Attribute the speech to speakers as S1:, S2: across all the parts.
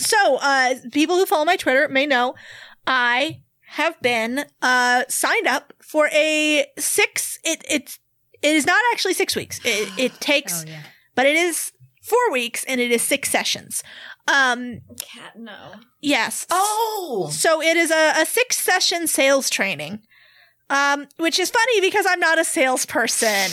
S1: So, uh, people who follow my Twitter may know I have been uh, signed up for a six. It it's it is not actually six weeks. It, it
S2: Oh,
S1: takes,
S3: Oh, yeah.
S1: but it is four weeks, and it is six sessions. Um,
S4: Cat, no.
S1: yes.
S3: Oh,
S1: So it is a, a six session sales training, um, which is funny because I'm not a salesperson.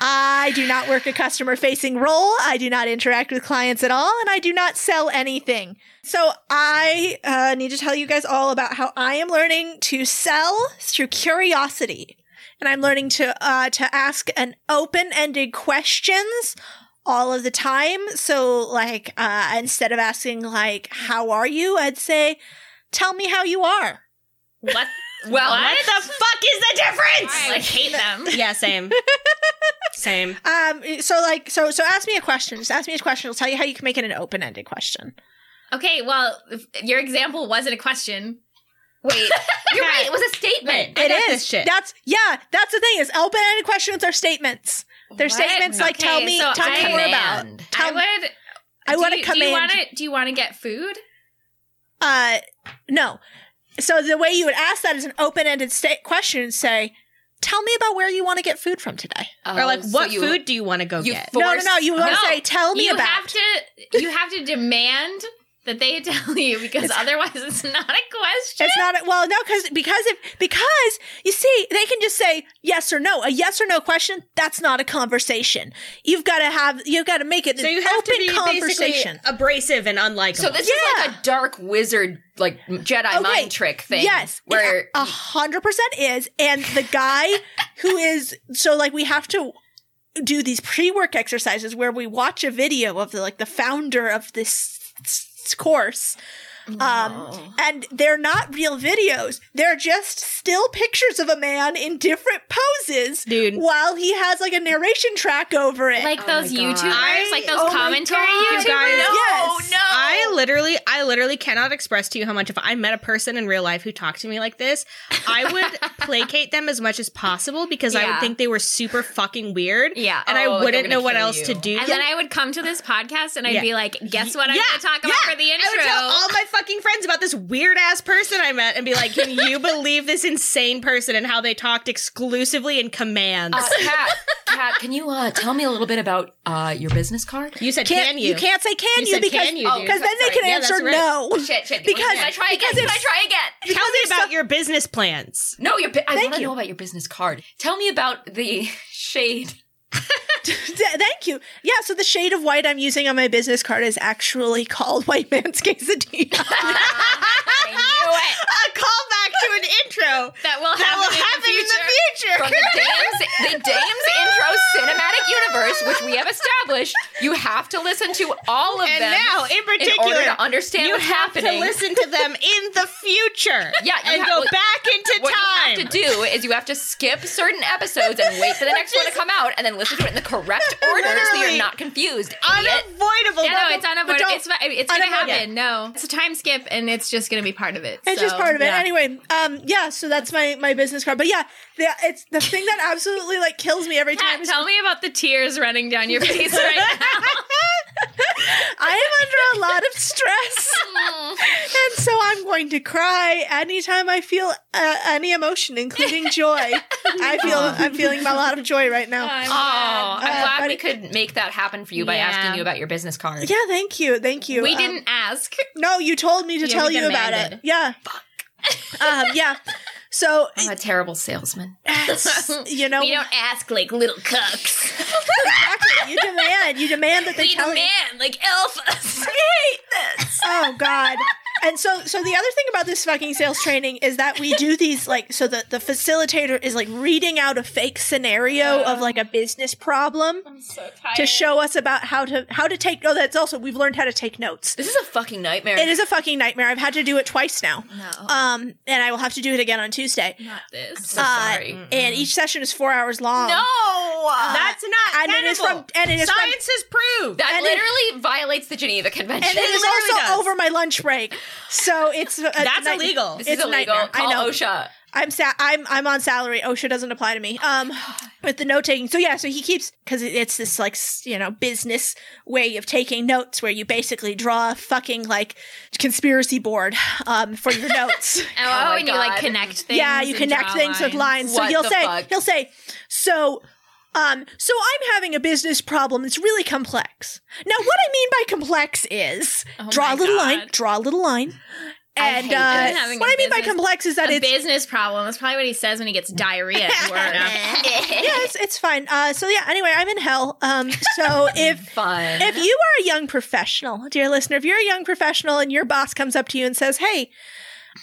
S1: I do not work a customer facing role. I do not interact with clients at all, and I do not sell anything. So I uh, need to tell you guys all about how I am learning to sell through curiosity, and I'm learning to uh, to ask an open ended questions all of the time. So like uh, instead of asking like how are you, I'd say tell me how you are.
S4: What?
S2: Well, what,
S4: What?
S2: the fuck is the difference?
S4: I hate them.
S2: yeah, same. same.
S1: Um, so like, so so ask me a question. Just ask me a question. I'll tell you how you can make it an open ended question.
S4: Okay, well, if your example wasn't a question. Wait, you're right. It was a statement.
S2: I
S1: It is
S2: got this shit.
S1: That's yeah. That's the thing is open ended questions are statements. They're
S4: What?
S1: statements like tell
S4: Okay,
S1: me,
S4: so
S1: tell me more about.
S3: command.
S1: Tell, I,
S4: I would. do
S1: want to
S4: you-
S1: come
S4: Do you
S1: in.
S4: want to? Do you want to get food?
S1: Uh, no. So the way you would ask that is an open ended sta- question. and Say, tell me about where you want to get food from today.
S2: or like,
S4: Oh, so
S2: what
S4: you-
S2: food do you want to go
S3: you
S2: get?
S3: fo-
S1: No, no,
S3: Force-
S1: no. You want to
S4: No.
S1: say, tell me
S4: you
S1: about.
S4: have to. You have to demand that they tell you because otherwise it's not a question.
S1: It's not a, well, no, because because if because you see, they can just say yes or no. A yes or no question that's not a conversation. You've got to have you've got to make it
S2: so
S1: an
S2: you have
S1: open
S2: to be
S1: conversation.
S2: conversation. abrasive and unlikable.
S3: so this
S1: Yeah.
S3: is like a dark wizard, like Jedi mind trick thing.
S1: Yes,
S3: where
S1: a hundred percent is, and the guy who is so like we have to do these pre-work exercises where we watch a video of the like the founder of this s- s- course
S2: Oh,
S1: Um, and they're not real videos. They're just still pictures of a man in different poses
S2: Dude.
S1: while he has like a narration track over it.
S4: like those
S3: God.
S4: YouTubers,
S2: I-
S4: like those
S2: oh my
S4: commentary
S2: God.
S4: YouTubers.
S2: You guys-
S1: Yes.
S4: no.
S2: I literally, I literally cannot express to you how much if I met a person in real life who talked to me like this, I would placate them as much as possible because I would
S4: Yeah.
S2: think they were super fucking weird.
S4: Yeah.
S2: And
S3: Oh,
S2: I
S3: they're
S2: wouldn't
S3: gonna
S2: know what
S3: kill
S2: else
S3: you.
S2: to do.
S4: And then I would come to this podcast and I'd
S2: Yeah.
S4: be like, guess what I'm going to talk about for the intro?
S2: I would tell all my fucking friends about this weird ass person I met and be like, can you believe this insane person and how they talked exclusively in commands?
S3: uh, Kat, Kat, can you uh, tell me a little bit about uh, your business card?
S2: you said,
S1: Can't-
S2: can you?
S1: can't say can
S2: You
S1: you,
S2: said,
S1: because
S2: "Can you,
S1: oh,
S2: dude?"
S1: 'cause then they
S2: Sorry.
S1: can
S2: Yeah, that's
S1: answer
S2: right.
S1: no.
S3: Shit, shit.
S1: Because-
S4: Should I try again?
S1: because
S4: Should
S1: if-
S4: I try again?
S2: Tell me
S1: there's
S2: about
S1: some-
S2: your business plans.
S3: No, your. bi- I
S1: Thank
S3: want to
S1: you.
S3: know about your business card. Tell me about the shade.
S1: Th- Thank you. Yeah, so the shade of white I'm using on my business card is actually called White Man's Quesadilla.
S4: I knew it.
S2: A callback to an intro
S4: That will happen,
S2: that will happen in the future.
S3: From the Dames, the Dames intro cinematic universe, which we have established, you have to listen to all of
S2: and
S3: them
S2: now, in
S3: in
S2: particular,
S3: order to understand
S2: you
S3: what's
S2: have
S3: happening.
S2: to listen to them in the future.
S3: Yeah, you
S2: and
S3: have-
S2: go
S3: well,
S2: back into
S3: What
S2: time.
S3: you have to do is you have to skip certain episodes and wait for the next one to come out, and then listen to it in the correct order, so
S2: Literally.
S3: you're not confused. idiot.
S2: Unavoidable.
S4: Yeah, no,
S2: level-
S4: it's unavoidable.
S1: don't-
S4: It's, fi- it's going to
S1: unavoidable.
S4: happen. No. It's a time skip and it's just going to be part of it.
S1: It's
S4: so,
S1: just part of it.
S2: yeah.
S1: Anyway, um, yeah, so that's my my business card. But yeah, the, it's the thing that absolutely like kills me every time
S4: Kat,
S1: is
S4: tell me about the tears running down your face right
S1: I am under a lot of stress.
S4: now.
S1: And so I'm going to cry anytime I feel uh, any emotion, including joy. I feel I'm feeling a lot of joy right now.
S4: I'm
S3: Oh,
S1: Uh,
S4: glad.
S3: I'm glad
S1: but
S3: we
S1: it-
S3: could make that happen for you by
S2: Yeah.
S3: asking you about your business card.
S1: Yeah, thank you, thank you.
S4: we
S1: Um,
S4: didn't ask.
S1: No, you told me to
S2: Yeah,
S1: tell
S2: we
S1: you about it.
S2: demanded.
S1: Yeah. Um, yeah. So
S3: I'm a terrible salesman.
S1: you know
S4: We don't ask like little cucks.
S1: exactly. You demand. You demand that they
S4: We
S1: tell you.
S4: demand like alphas. I hate this.
S1: oh god and so so the other thing about this fucking sales training is that we do these like so the, the facilitator is like reading out a fake scenario of like a business problem
S4: I'm so tired.
S1: to show us about how to how to take oh that's also we've learned how to take notes
S3: This is a fucking nightmare.
S1: it is a fucking nightmare i've had to do it twice now
S4: No,
S1: um and i will have to do it again on tuesday Uh,
S4: not this.
S3: so sorry.
S1: and each session is four hours long
S4: no.
S2: That's not
S1: and it is
S2: tenable.
S1: from and it is from
S2: Science has proved.
S3: that
S1: and it-
S3: literally violates the Geneva Convention.
S1: and it is
S2: literally
S1: also
S2: does.
S1: over my lunch break so it's a, a
S2: That's
S1: night-
S2: illegal.
S3: this
S1: it's
S3: is
S1: a
S3: illegal.
S1: nightmare. I
S3: Call
S1: know.
S3: OSHA.
S1: I'm sa- I'm I'm on salary. OSHA doesn't apply to me. Um, with the note taking. So yeah, so he keeps because it's this like s- you know business way of taking notes where you basically draw a fucking like conspiracy board um for your notes.
S4: Oh,
S3: my
S4: and you like
S3: God.
S4: connect things.
S1: yeah, you
S4: and
S1: connect
S4: draw
S1: things with lines. So
S3: What
S1: he'll
S3: the
S1: say
S3: fuck?
S1: he'll say so. Um, so I'm having a business problem. It's really complex. Now, what I mean by complex is
S4: Oh
S1: draw
S4: my
S1: a little
S4: God.
S1: line, draw a little line.
S3: I
S1: And
S3: hate
S1: uh,
S3: this.
S4: Having
S1: what
S4: a
S1: I mean by
S4: business-
S1: complex is that
S4: a
S1: it's
S4: business problem. That's probably what he says when he gets diarrhea at work.
S1: yeah, it's, it's fine. Uh, so yeah, anyway, I'm in hell. Um, so if
S3: Fun.
S4: Uh-huh.
S1: if you are a young professional, dear listener, if you're a young professional and your boss comes up to you and says, "Hey,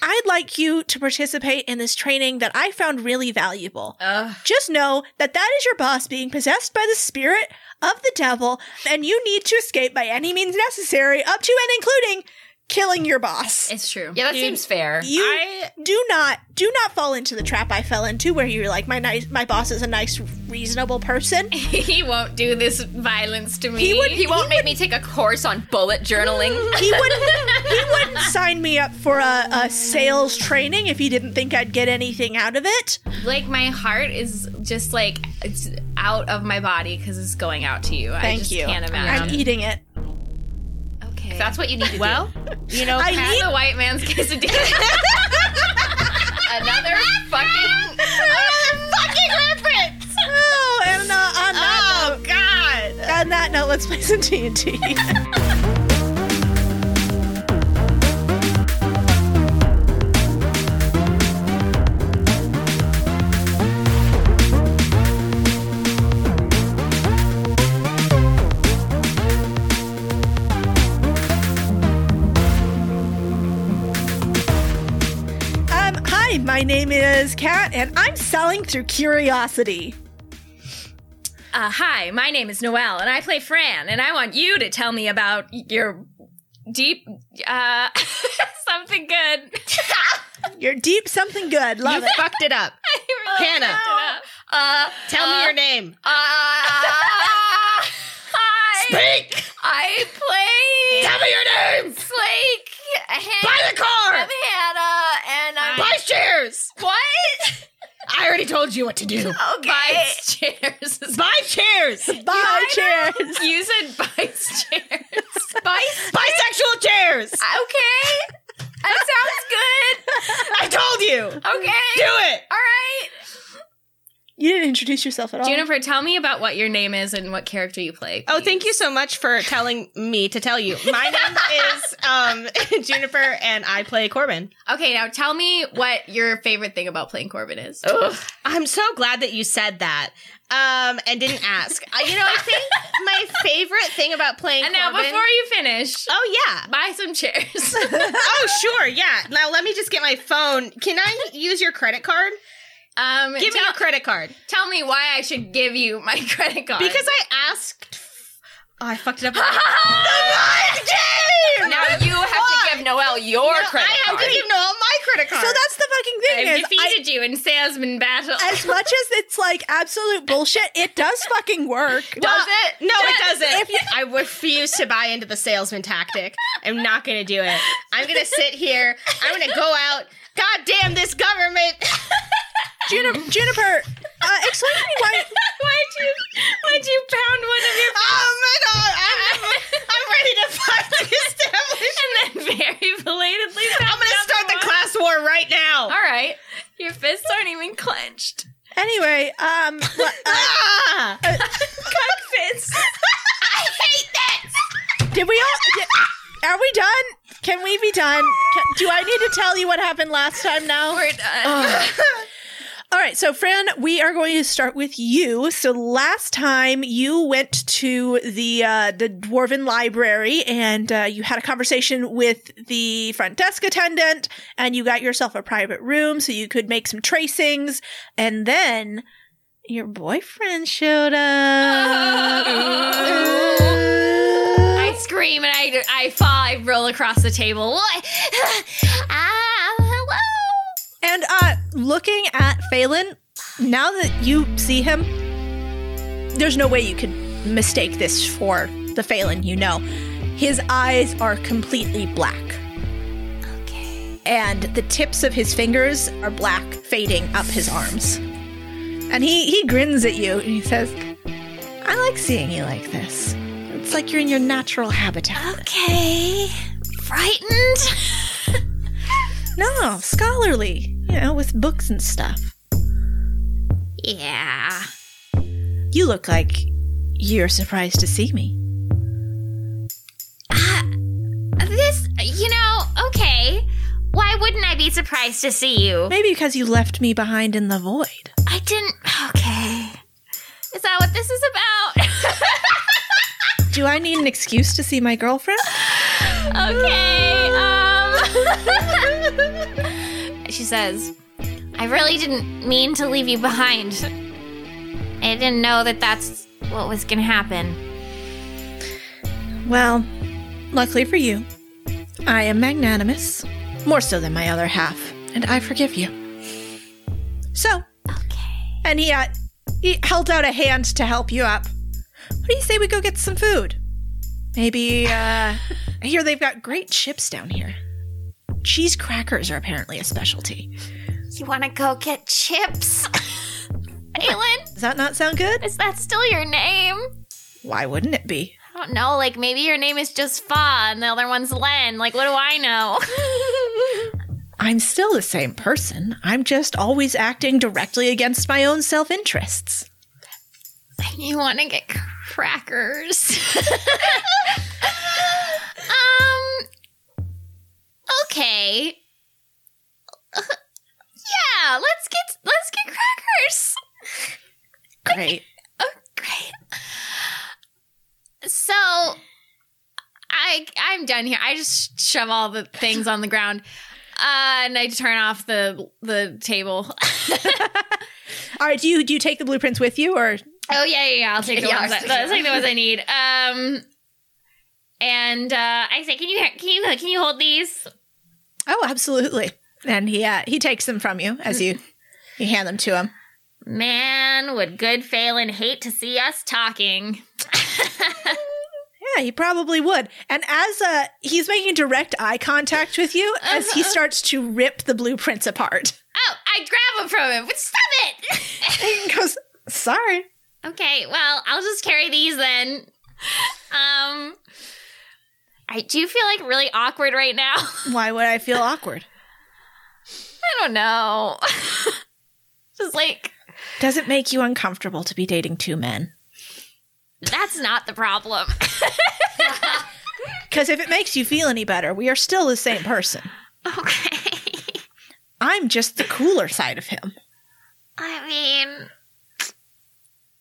S1: I'd like you to participate in this training that I found really valuable."
S4: Ugh.
S1: Just know that that is your boss being possessed by the spirit of the devil, and you need to escape by any means necessary, up to and including killing your boss.
S4: It's true.
S3: yeah, that
S2: Dude.
S3: seems fair.
S1: You
S2: I-
S1: do not do not fall into the trap I fell into, where you're like, my nice, my boss is a nice, reasonable person.
S4: he won't do this violence to me.
S3: He, would, he won't make me take a course on bullet journaling.
S1: He wouldn't. he wouldn't sign me up for a, a sales training if he didn't think I'd get anything out of it.
S4: Like my heart is just like it's out of my body because it's going out to you. I
S1: Thank
S4: just
S1: you.
S4: can't
S1: I'm
S4: imagine.
S1: eating it.
S4: okay,
S3: If that's what you need to
S2: Well, you know,
S1: I
S4: Pat
S1: need.
S4: the white man's quesadilla.
S3: do. Another fucking.
S1: fucking reference. Oh, and uh, on that note,
S2: Oh, God.
S1: on that note, let's play some TNT. Um, hi, my name is Kat, and I'm selling through curiosity.
S4: Uh, hi, my name is Noelle, and I play Fran, and I want you to tell me about your deep uh something good.
S1: You're deep, something good. Love
S2: You
S1: it.
S2: fucked it up. Hannah.
S3: Uh,
S2: Tell me your name.
S3: uh, I,
S2: Speak.
S3: I play
S2: Tell me your name.
S3: Slake.
S2: Buy
S3: Han-
S2: the car.
S3: I'm Hannah, and I'm.
S2: Buy shares.
S3: What?
S2: I already told you what to do.
S3: Okay.
S4: Vice chairs.
S2: Buy shares.
S1: Bye, cheers.
S4: You said vice chairs.
S3: Spice.
S2: Bisexual chairs.
S3: Okay. That sounds
S2: I told you.
S3: good. Okay.
S2: Do it.
S3: All right.
S1: You didn't introduce yourself at all.
S4: Juniper, tell me about what your name is and what character you play.
S2: Oh, thank you so much for telling me to tell you. My name is um, Juniper, and I play Corbin.
S4: Okay, now tell me what your favorite thing about playing Corbin is.
S2: I'm so glad that you said that um, and didn't ask. Uh, you know, I think my favorite thing about playing
S4: and now,
S2: Corbin-
S4: before you finish,
S2: Oh yeah.
S4: buy some chairs.
S2: Oh sure. Yeah. Now let me just get my phone. Can I use your credit card?
S4: um,
S2: Give me
S4: tell,
S2: your credit card
S4: tell me why I should give you my credit card.
S2: because I asked. Oh, I fucked it up.
S3: Now you have to give Noelle your
S2: No,
S3: credit
S2: I have to
S3: card.
S2: give Noel my credit
S1: so
S2: card.
S1: that's the fucking thing
S4: I've
S1: is, I,
S4: defeated you in salesman battle.
S1: as much as it's like absolute bullshit, it does fucking work.
S3: Does
S2: Well,
S3: it?
S2: No, it doesn't. I refuse to buy into the salesman tactic. I'm not going to do it. I'm going to sit here. I'm going to go out. God damn this government.
S1: Juniper, Juniper, uh, explain to me why.
S2: why'd you why'd you pound one of your Oh my god. I'm, I'm ready to fight the establishment.
S4: and then very belatedly,
S2: I'm going to start the class war right now.
S4: All right, your fists aren't even clenched.
S1: Anyway, um, well, uh,
S2: Ah!
S4: Cock fists.
S2: I hate this.
S1: did we all? Did, are we done? Can we be done? Can, do I need to tell you what happened last time? Now
S4: We're done.
S1: All right, so Fran, we are going to start with you. So last time you went to the uh, the dwarven library and uh, you had a conversation with the front desk attendant, and you got yourself a private room so you could make some tracings, and then your boyfriend showed up.
S4: I scream and I, I fall. I roll across the table. What? ah, hello.
S1: And uh, looking at Phelan, now that you see him, there's no way you could mistake this for the Phelan you know. His eyes are completely black.
S4: Okay.
S1: and the tips of his fingers are black, fading up his arms. And he, he grins at you and he says, I like seeing you like this. It's like you're in your natural habitat.
S4: Okay. Frightened?
S1: No, scholarly, you know, with books and stuff.
S4: yeah.
S1: You look like you're surprised to see me.
S4: This, you know, okay. Why wouldn't I be surprised to see you?
S1: Maybe because you left me behind in the void.
S4: I didn't. Okay. Is that what this is
S1: Do I need an excuse to see my girlfriend?
S4: about? okay. Um. she says, I really didn't mean to leave you behind. I didn't know that that's what was going to happen.
S1: Well, luckily for you, I am magnanimous, more so than my other half, and I forgive you. So,
S4: Okay.
S1: and he, uh, he held out a hand to help you up. What do you say we go get some food? Maybe, uh, I hear they've got great chips down here. Cheese crackers are apparently a specialty.
S4: You want to go get chips? Aylin,
S1: Does that not sound good?
S4: is that still your name?
S1: Why wouldn't it be?
S4: I don't know. Like maybe your name is just Fa and the other one's Len. Like what do I know?
S1: I'm still the same person. I'm just always acting directly against my own self interests.
S4: you want to get crackers? um. Okay. Yeah, let's get let's get crackers.
S1: Great.
S4: Oh, great. So I I'm done here. I just shove all the things on the ground. Uh, and I turn off the the table.
S1: All right, do you do you take the blueprints with you or
S4: oh yeah, yeah, yeah. I'll take the
S2: Yeah,
S4: ones.
S2: I'll
S4: I, will take the ones I need. Um, and uh, I say, can you can you can you hold these?
S1: Oh, absolutely. And he uh, he takes them from you as you you hand them to him.
S4: Man, would good Phelan hate to see us talking?
S1: Yeah, he probably would. And as uh, he's making direct eye contact with you as he starts to rip the blueprints apart.
S4: Oh, I grab them from him. Stop it!
S1: He goes, "Sorry."
S4: Okay, well, I'll just carry these then. Um I do feel like really awkward right now. I
S1: Why would I feel awkward?
S4: don't know. just like
S1: Does it make you uncomfortable to be dating two men?
S4: that's not the problem.
S1: Because if it makes you feel any better, we are still the same person.
S4: okay.
S1: I'm just the cooler side of him.
S4: I mean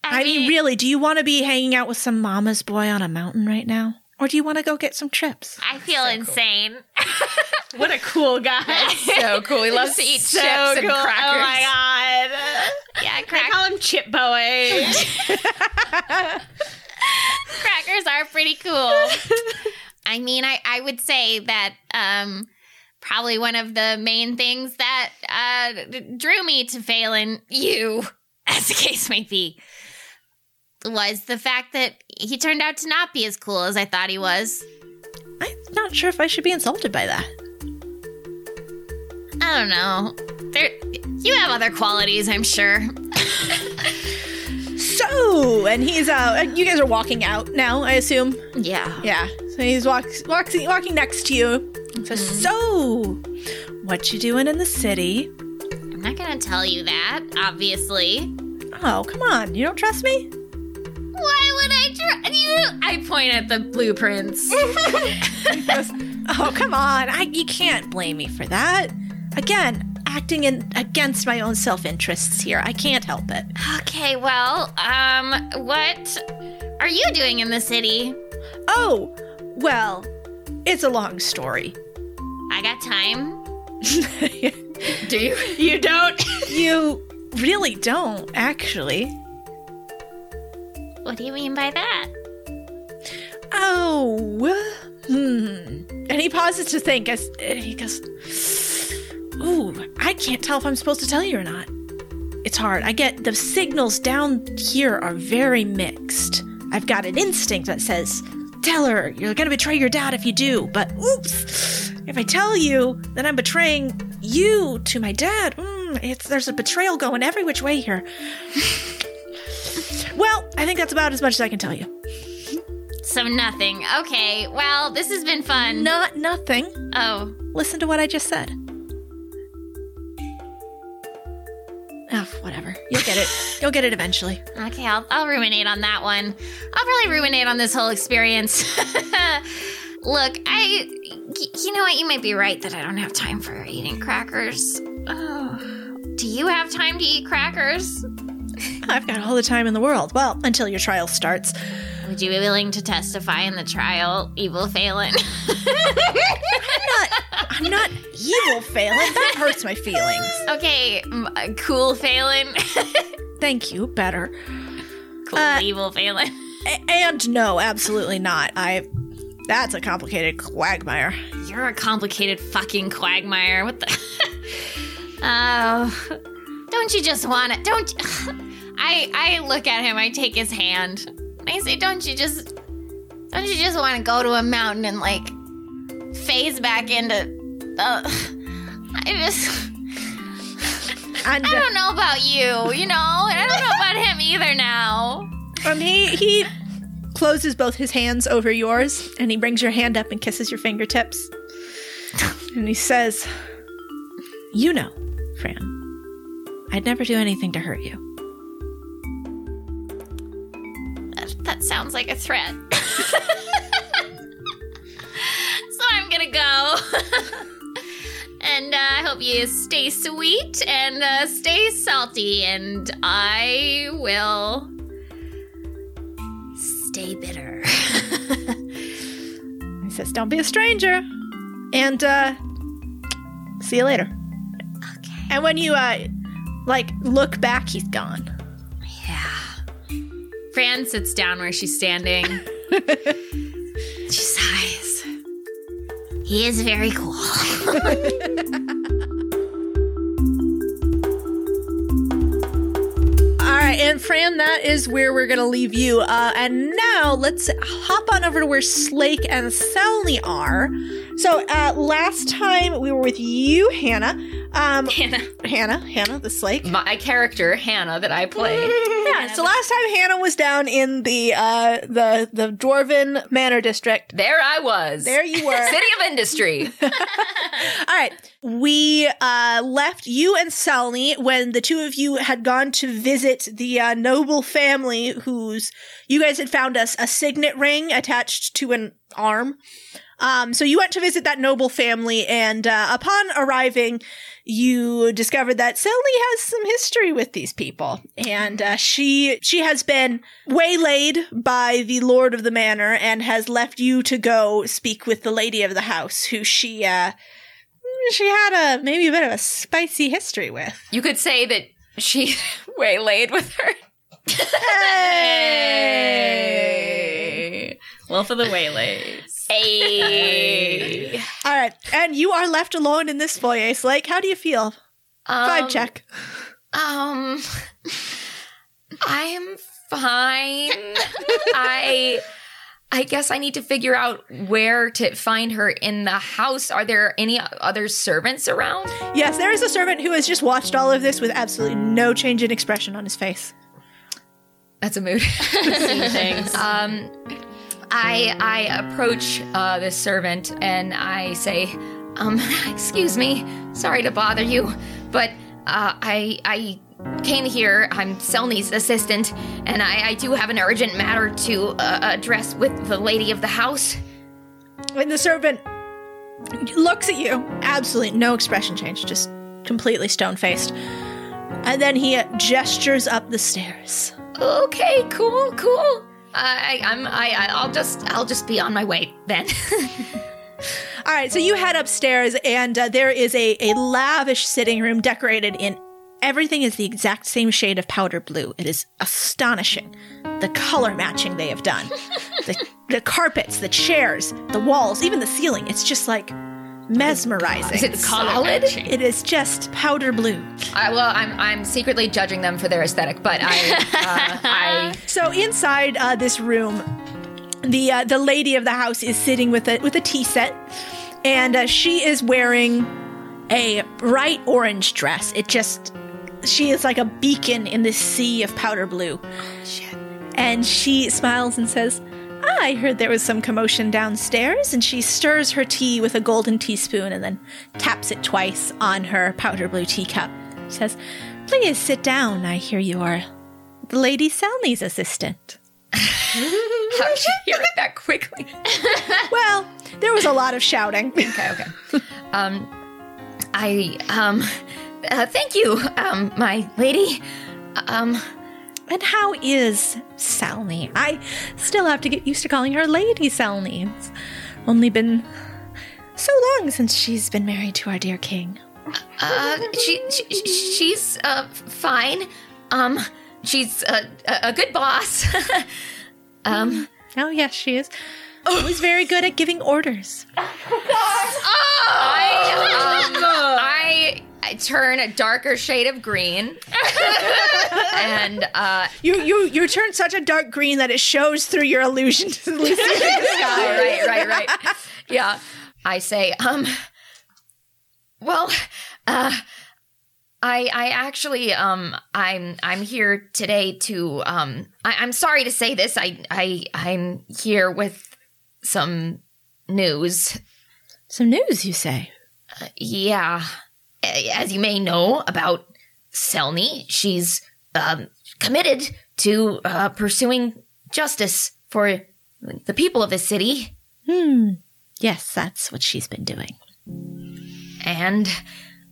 S1: I mean, really, do you want to be hanging out with some mama's boy on a mountain right now? Or do you want to go get some chips?
S4: I feel insane.
S2: What a cool guy.
S3: So cool. He loves to eat
S2: So
S3: chips and
S2: cool. Oh
S3: crackers.
S2: my god.
S4: Yeah,
S2: I
S4: crack-
S2: call him Chip Boy.
S4: crackers are pretty cool. I mean, I, I would say that um, probably one of the main things that uh, d- drew me to Phelan, you, as the case may be, was the fact that he turned out to not be as cool as I thought he was.
S1: I'm not sure if I should be insulted by that.
S4: I don't know. There, you have other qualities, I'm sure.
S1: So, and he's uh, and you guys are walking out now, I assume.
S4: Yeah.
S1: Yeah. So he's walks walks walking next to you. So, so, what you doing in the city?
S4: I'm not gonna tell you that, obviously.
S1: Oh, come on, you don't trust me?
S4: Why would I try? You? I point at the blueprints.
S1: Oh, come on, I, you can't blame me for that. Again, acting in against my own self interests here. I can't help it.
S4: Okay, well, um, what are you doing in the city?
S1: Oh, well, it's a long story.
S4: I got time.
S2: Do you? You don't.
S1: you really don't, actually.
S4: What do you mean by that?
S1: Oh, hmm. And he pauses to think as and he goes, Ooh, I can't tell if I'm supposed to tell you or not. It's hard. I get the signals down here are very mixed. I've got an instinct that says, Tell her, you're going to betray your dad if you do, but oops, If I tell you, then I'm betraying you to my dad. Mm, it's there's a betrayal going every which way here. well, I think that's about as much as I can tell you.
S4: So nothing. Okay. Well, this has been fun.
S1: Not nothing.
S4: Oh.
S1: Listen to what I just said. Oh, whatever. You'll get it. You'll get it eventually.
S4: Okay, I'll, I'll ruminate on that one. I'll probably ruminate on this whole experience. Look, I. y- You know what? You might be right that I don't have time for eating crackers. Oh. Do you have time to eat crackers?
S1: I've got all the time in the world. Well, until your trial starts.
S4: Would you be willing to testify in the trial, Evil Phelan?
S1: I'm not evil, Phelan. That hurts my feelings.
S4: okay, m- uh, cool Phelan.
S1: Thank you. Better.
S4: cool,
S1: Uh,
S4: evil Phelan.
S1: A- and no, absolutely not. I. That's a complicated quagmire.
S4: You're a complicated fucking quagmire. What the? oh, don't you just want it? Don't. I I look at him. I take his hand. and I say, don't you just, don't you just want to go to a mountain and like phase back into? Uh, I just.
S1: And,
S4: I
S1: uh,
S4: don't know about you, you know, and I don't know about him either now.
S1: and um, he he closes both his hands over yours, and he brings your hand up and kisses your fingertips, and he says, "You know, Fran, I'd never do anything to hurt you."
S4: That, that sounds like a threat. so I'm gonna go. and uh, I hope you stay sweet and uh, stay salty, and I will stay bitter.
S1: He says, "Don't be a stranger," and uh, see you later.
S4: okay.
S1: And when you uh, like look back, he's gone.
S4: Yeah. Fran sits down where she's standing. she sighs. He is very cool.
S1: All right, and Fran, that is where we're going to leave you. Uh, and now let's hop on over to where Slake and Selny are. So uh, last time we were with you, Hannah. Um,
S4: Hannah.
S1: Hannah, Hannah, the Slake.
S3: My character, Hannah, that I play.
S1: Yeah. So last time Hannah was down in the uh, the the Dwarven Manor District.
S3: There I was.
S1: There you were.
S3: City of Industry.
S1: All right. We uh, left you and Salny when the two of you had gone to visit the uh, noble family whose you guys had found us a signet ring attached to an arm. Um, so you went to visit that noble family, and uh, upon arriving, you discovered that Selny has some history with these people, and uh, she she has been waylaid by the lord of the manor and has left you to go speak with the lady of the house, who she uh, she had a maybe a bit of a spicy history with.
S3: You could say that she waylaid with her. Hey. Well, for the waylays. Hey.
S1: All right, and you are left alone in this foyer. Slake, how do you feel? Vibe
S3: Um,
S1: check.
S3: Um, I'm fine. I, I guess I need to figure out where to find her in the house. Are there any other servants around?
S1: Yes, there is a servant who has just watched all of this with absolutely no change in expression on his face.
S3: That's a mood. Um, I I approach uh, this servant and I say, um, "Excuse me, sorry to bother you, but uh, I I came here. I'm Selny's assistant, and I, I do have an urgent matter to uh, address with the lady of the house."
S1: And the servant looks at you, absolutely no expression change, just completely stone faced. And then he gestures up the stairs.
S3: Okay, cool, cool. I, I- I'm I I- I'll just I'll just be on my way then.
S1: All right, so you head upstairs, and uh, there is a, a lavish sitting room decorated in everything is the exact same shade of powder blue. It is astonishing the color matching they have done. the, the carpets, the chairs, the walls, even the ceiling. It's just like mesmerizing.
S3: it solid?
S1: it is just powder blue.
S3: I, well, I'm I'm secretly judging them for their aesthetic, but I uh, I
S1: So inside uh, this room, the uh, the lady of the house is sitting with a with a tea set, and uh, she is wearing a bright orange dress. It just she is like a beacon in this sea of powder blue. And she smiles and says, I heard there was some commotion downstairs, and she stirs her tea with a golden teaspoon and then taps it twice on her powder blue teacup. She says, Please sit down. I hear you are the Lady Salney's assistant.
S3: How did she hear it that quickly?
S1: Well, there was a lot of shouting.
S3: Okay, okay. Um, I um, uh, thank you, um, my lady. Um,
S1: And how is Salney? I still have to get used to calling her Lady Salney. It's only been so long since she's been married to our dear king.
S3: uh, she, she she's uh fine. Um, she's a a, a good boss. um,
S1: Oh, yes, she is. Always very good at giving orders.
S3: Oh! I um, I. I turn a darker shade of green, and uh,
S1: You you you turn such a dark green that it shows through your illusion to Lucy.
S3: sky. Right, right, right. Yeah. I say, um, well, uh, I, I actually, um, I'm, I'm here today to, um, I, I'm sorry to say this. I, I, I'm here with some news.
S1: Some news, you say?
S3: Yeah. A- As you may know about Selny, she's, um, committed to, uh, pursuing justice for the people of this city.
S1: Hmm. Yes, that's what she's been doing.
S3: And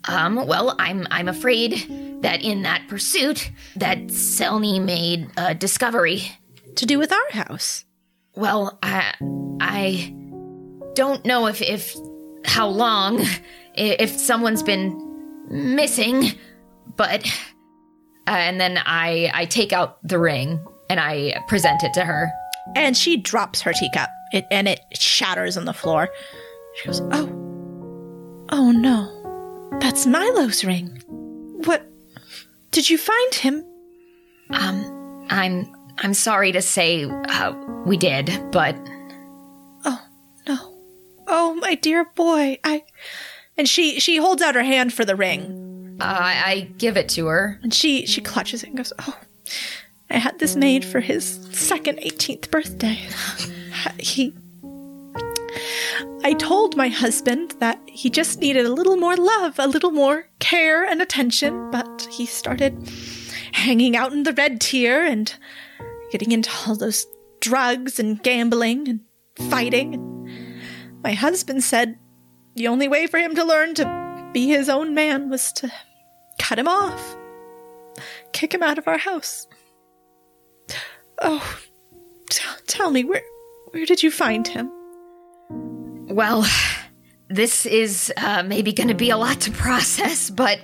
S3: um well, I'm I'm afraid that in that pursuit that Selny made a discovery.
S1: To do with our house.
S3: Well, I I don't know if if how long i- if someone's been missing, but uh, and then I I take out the ring and I present it to her.
S1: And she drops her teacup, it, and it shatters on the floor. She goes, "Oh, oh no, that's Milo's ring. What? Did you find him?
S3: Um I'm I'm sorry to say uh, we did, but
S1: Oh no, oh my dear boy, I." And she she holds out her hand for the ring,
S3: uh, I give it to her.
S1: And she she clutches it and goes, "Oh, I had this made for his second 18th birthday. he I told my husband that he just needed a little more love, a little more care and attention, but he started hanging out in the red tier and getting into all those drugs and gambling and fighting. My husband said the only way for him to learn to be his own man was to cut him off kick him out of our house. Oh, t- tell me where where did you find him?
S3: Well, this is uh, maybe going to be a lot to process, but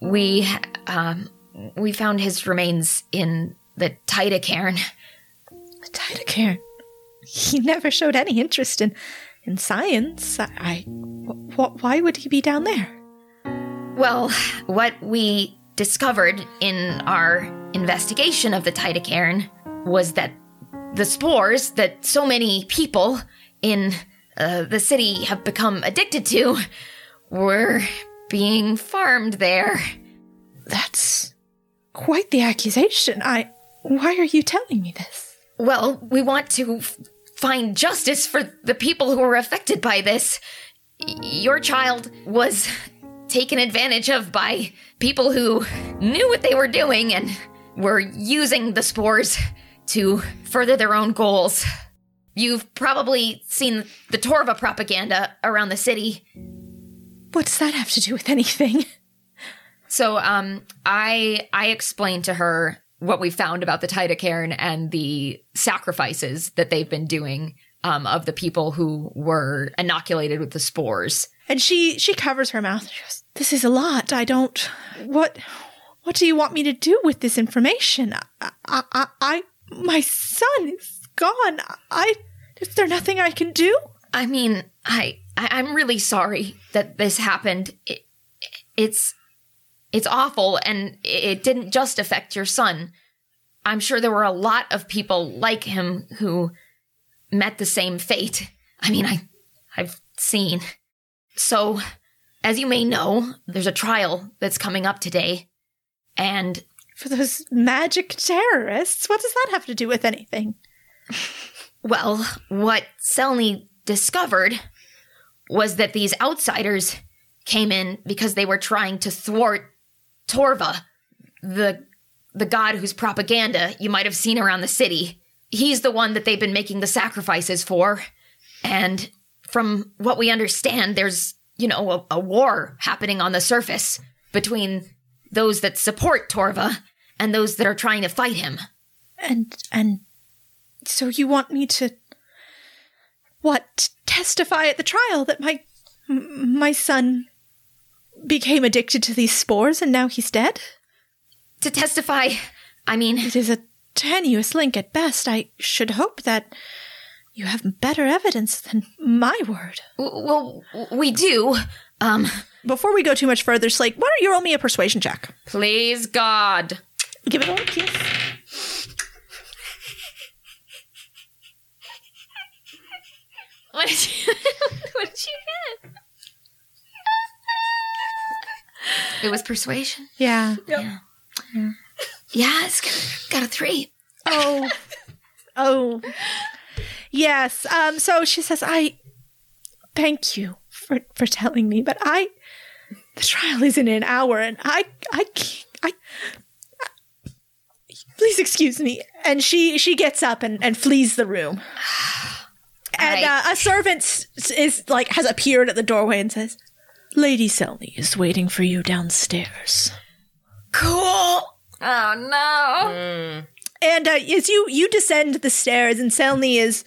S3: we um, we found his remains in the Tida cairn.
S1: Tidecairn. He never showed any interest in in science. I, I wh- wh- why would he be down there?
S3: Well, what we discovered in our investigation of the Tida cairn was that the spores that so many people in uh, the city have become addicted to were being farmed there.
S1: That's quite the accusation. I why are you telling me this?
S3: Well, we want to f- find justice for the people who were affected by this. Y- Your child was taken advantage of by people who knew what they were doing and were using the spores to further their own goals. You've probably seen the Torva propaganda around the city.
S1: What does that have to do with anything?
S3: So um I I explained to her what we found about the Tida Cairn and the sacrifices that they've been doing um of the people who were inoculated with the spores.
S1: And she she covers her mouth. She goes, "This is a lot. I don't. What what do you want me to do with this information? I I, I, I my son is gone. I is there nothing I can do?
S3: I mean, I, I I'm really sorry that this happened. It, it's it's awful and it it didn't just affect your son. I'm sure there were a lot of people like him who met the same fate. I mean, I I've scene. So, as you may know, there's a trial that's coming up today, and
S1: For those magic terrorists, what does that have to do with anything?
S3: Well, what Selny discovered was that these outsiders came in because they were trying to thwart Torva, the the god whose propaganda you might have seen around the city. He's the one that they've been making the sacrifices for. And from what we understand, there's, you know, a, a war happening on the surface between those that support Torva and those that are trying to fight him.
S1: And and so you want me to what testify at the trial that my m- my son became addicted to these spores and now he's dead?
S3: To testify, I mean,
S1: It is a tenuous link at best. I should hope that you have better evidence than my word.
S3: W- Well, w- we do. Um,
S1: Before we go too much further, Slake, why don't you roll me a persuasion check?
S3: please God.
S1: Give it a little kiss.
S5: What did you? what did you get?
S3: It was persuasion.
S1: Yeah.
S3: Yeah, it's got- got a three.
S1: Oh. oh. Yes. Um, so she says, I thank you for, for telling me, but I, the trial is in an hour and I, I, can't- I, please excuse me. And she, she gets up and, and flees the room. And
S3: I-
S1: uh, a servant s- s- is like, has appeared at the doorway and says, Lady Selmy is waiting for you downstairs.
S3: Cool. Oh no.
S1: And uh, as you you descend the stairs, and Selny is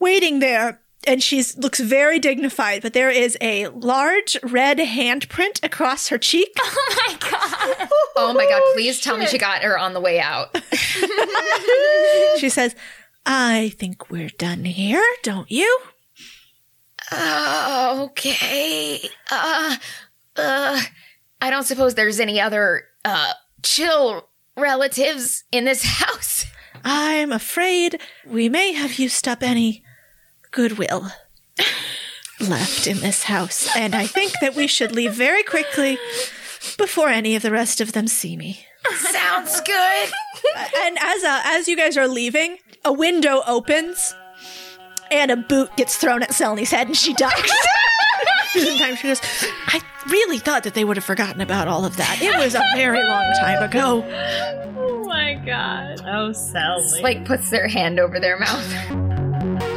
S1: waiting there, and she looks very dignified, but there is a large red handprint across her cheek.
S3: Oh my God! Please tell me she got her on the way out.
S1: she says, "I think we're done here, don't you?"
S3: Uh, okay. Uh, uh, I don't suppose there's any other uh chill relatives in this house.
S1: I'm afraid we may have used up any goodwill left in this house, and I think that we should leave very quickly before any of the rest of them see me.
S3: Sounds good.
S1: and as uh, as you guys are leaving, a window opens, and a boot gets thrown at Selny's head, and she ducks. In time, she goes. I really thought that they would have forgotten about all of that. It was a very long time ago.
S4: Oh my god. Oh, Sally.
S3: Like puts their hand over their mouth.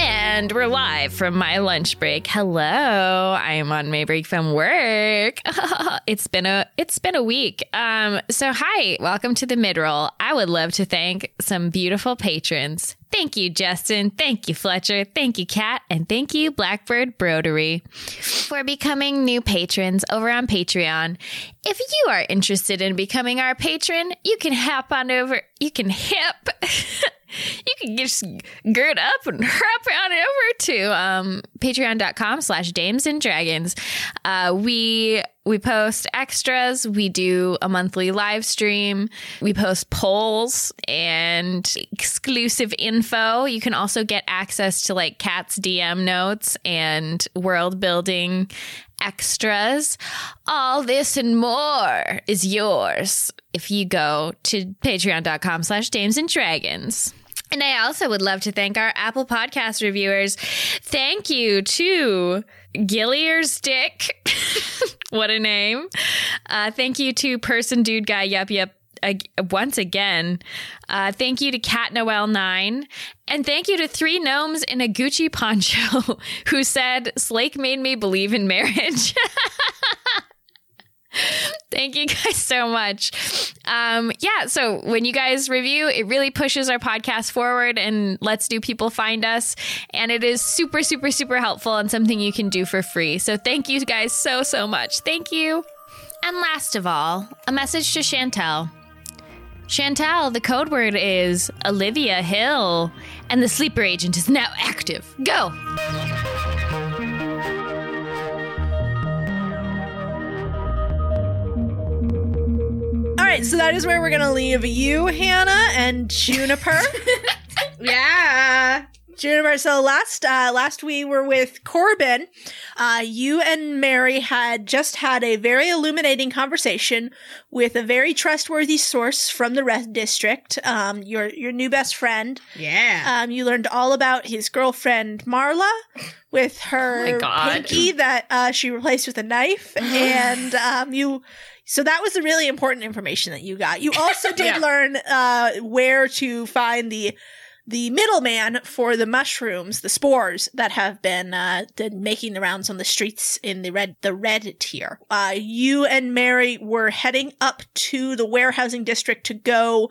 S4: And we're live from my lunch break. Hello, I am on my break from work. it's been a it's been a week. Um, so hi, welcome to the midroll. I would love to thank some beautiful patrons. Thank you, Justin. Thank you, Fletcher. Thank you, Kat, and thank you, Blackbird Brodery, for becoming new patrons over on Patreon. If you are interested in becoming our patron, you can hop on over. You can hip. you can just gird up and hop on over to um, patreon.com slash dames and dragons uh, we we post extras we do a monthly live stream we post polls and exclusive info you can also get access to like cat's dm notes and world building extras. All this and more is yours if you go to patreon.com slash dames and dragons. And I also would love to thank our Apple Podcast reviewers. Thank you to Gilliers Dick. what a name. Uh, thank you to Person Dude Guy Yup Yup ag- once again. Uh, thank you to Cat Noel Nine, and thank you to three gnomes in a Gucci poncho who said Slake made me believe in marriage. Thank you guys so much. Um, yeah, so when you guys review, it really pushes our podcast forward and lets new people find us. And it is super, super, super helpful and something you can do for free. So thank you guys so, so much. Thank you. And last of all, a message to Chantel. Chantel, the code word is Olivia Hill, and the sleeper agent is now active. Go!
S1: All right, right, so that is where we're going to leave you, Hannah, and Juniper.
S6: Yeah.
S1: Juniper, so last uh, last we were with Corbin. Uh, you and Mary had just had a very illuminating conversation with a very trustworthy source from the Red District, um, your your new best friend.
S6: Yeah.
S1: Um, you learned all about his girlfriend Marla, with
S4: Oh my
S1: her
S4: God.
S1: pinky that uh, she replaced with a knife, and um, you. So that was the really important information that you got. You also did
S6: Yeah.
S1: learn uh, where to find the the middleman for the mushrooms, the spores that have been uh, the, making the rounds on the streets in the red the red tier. Uh, you and Mary were heading up to the warehousing district to go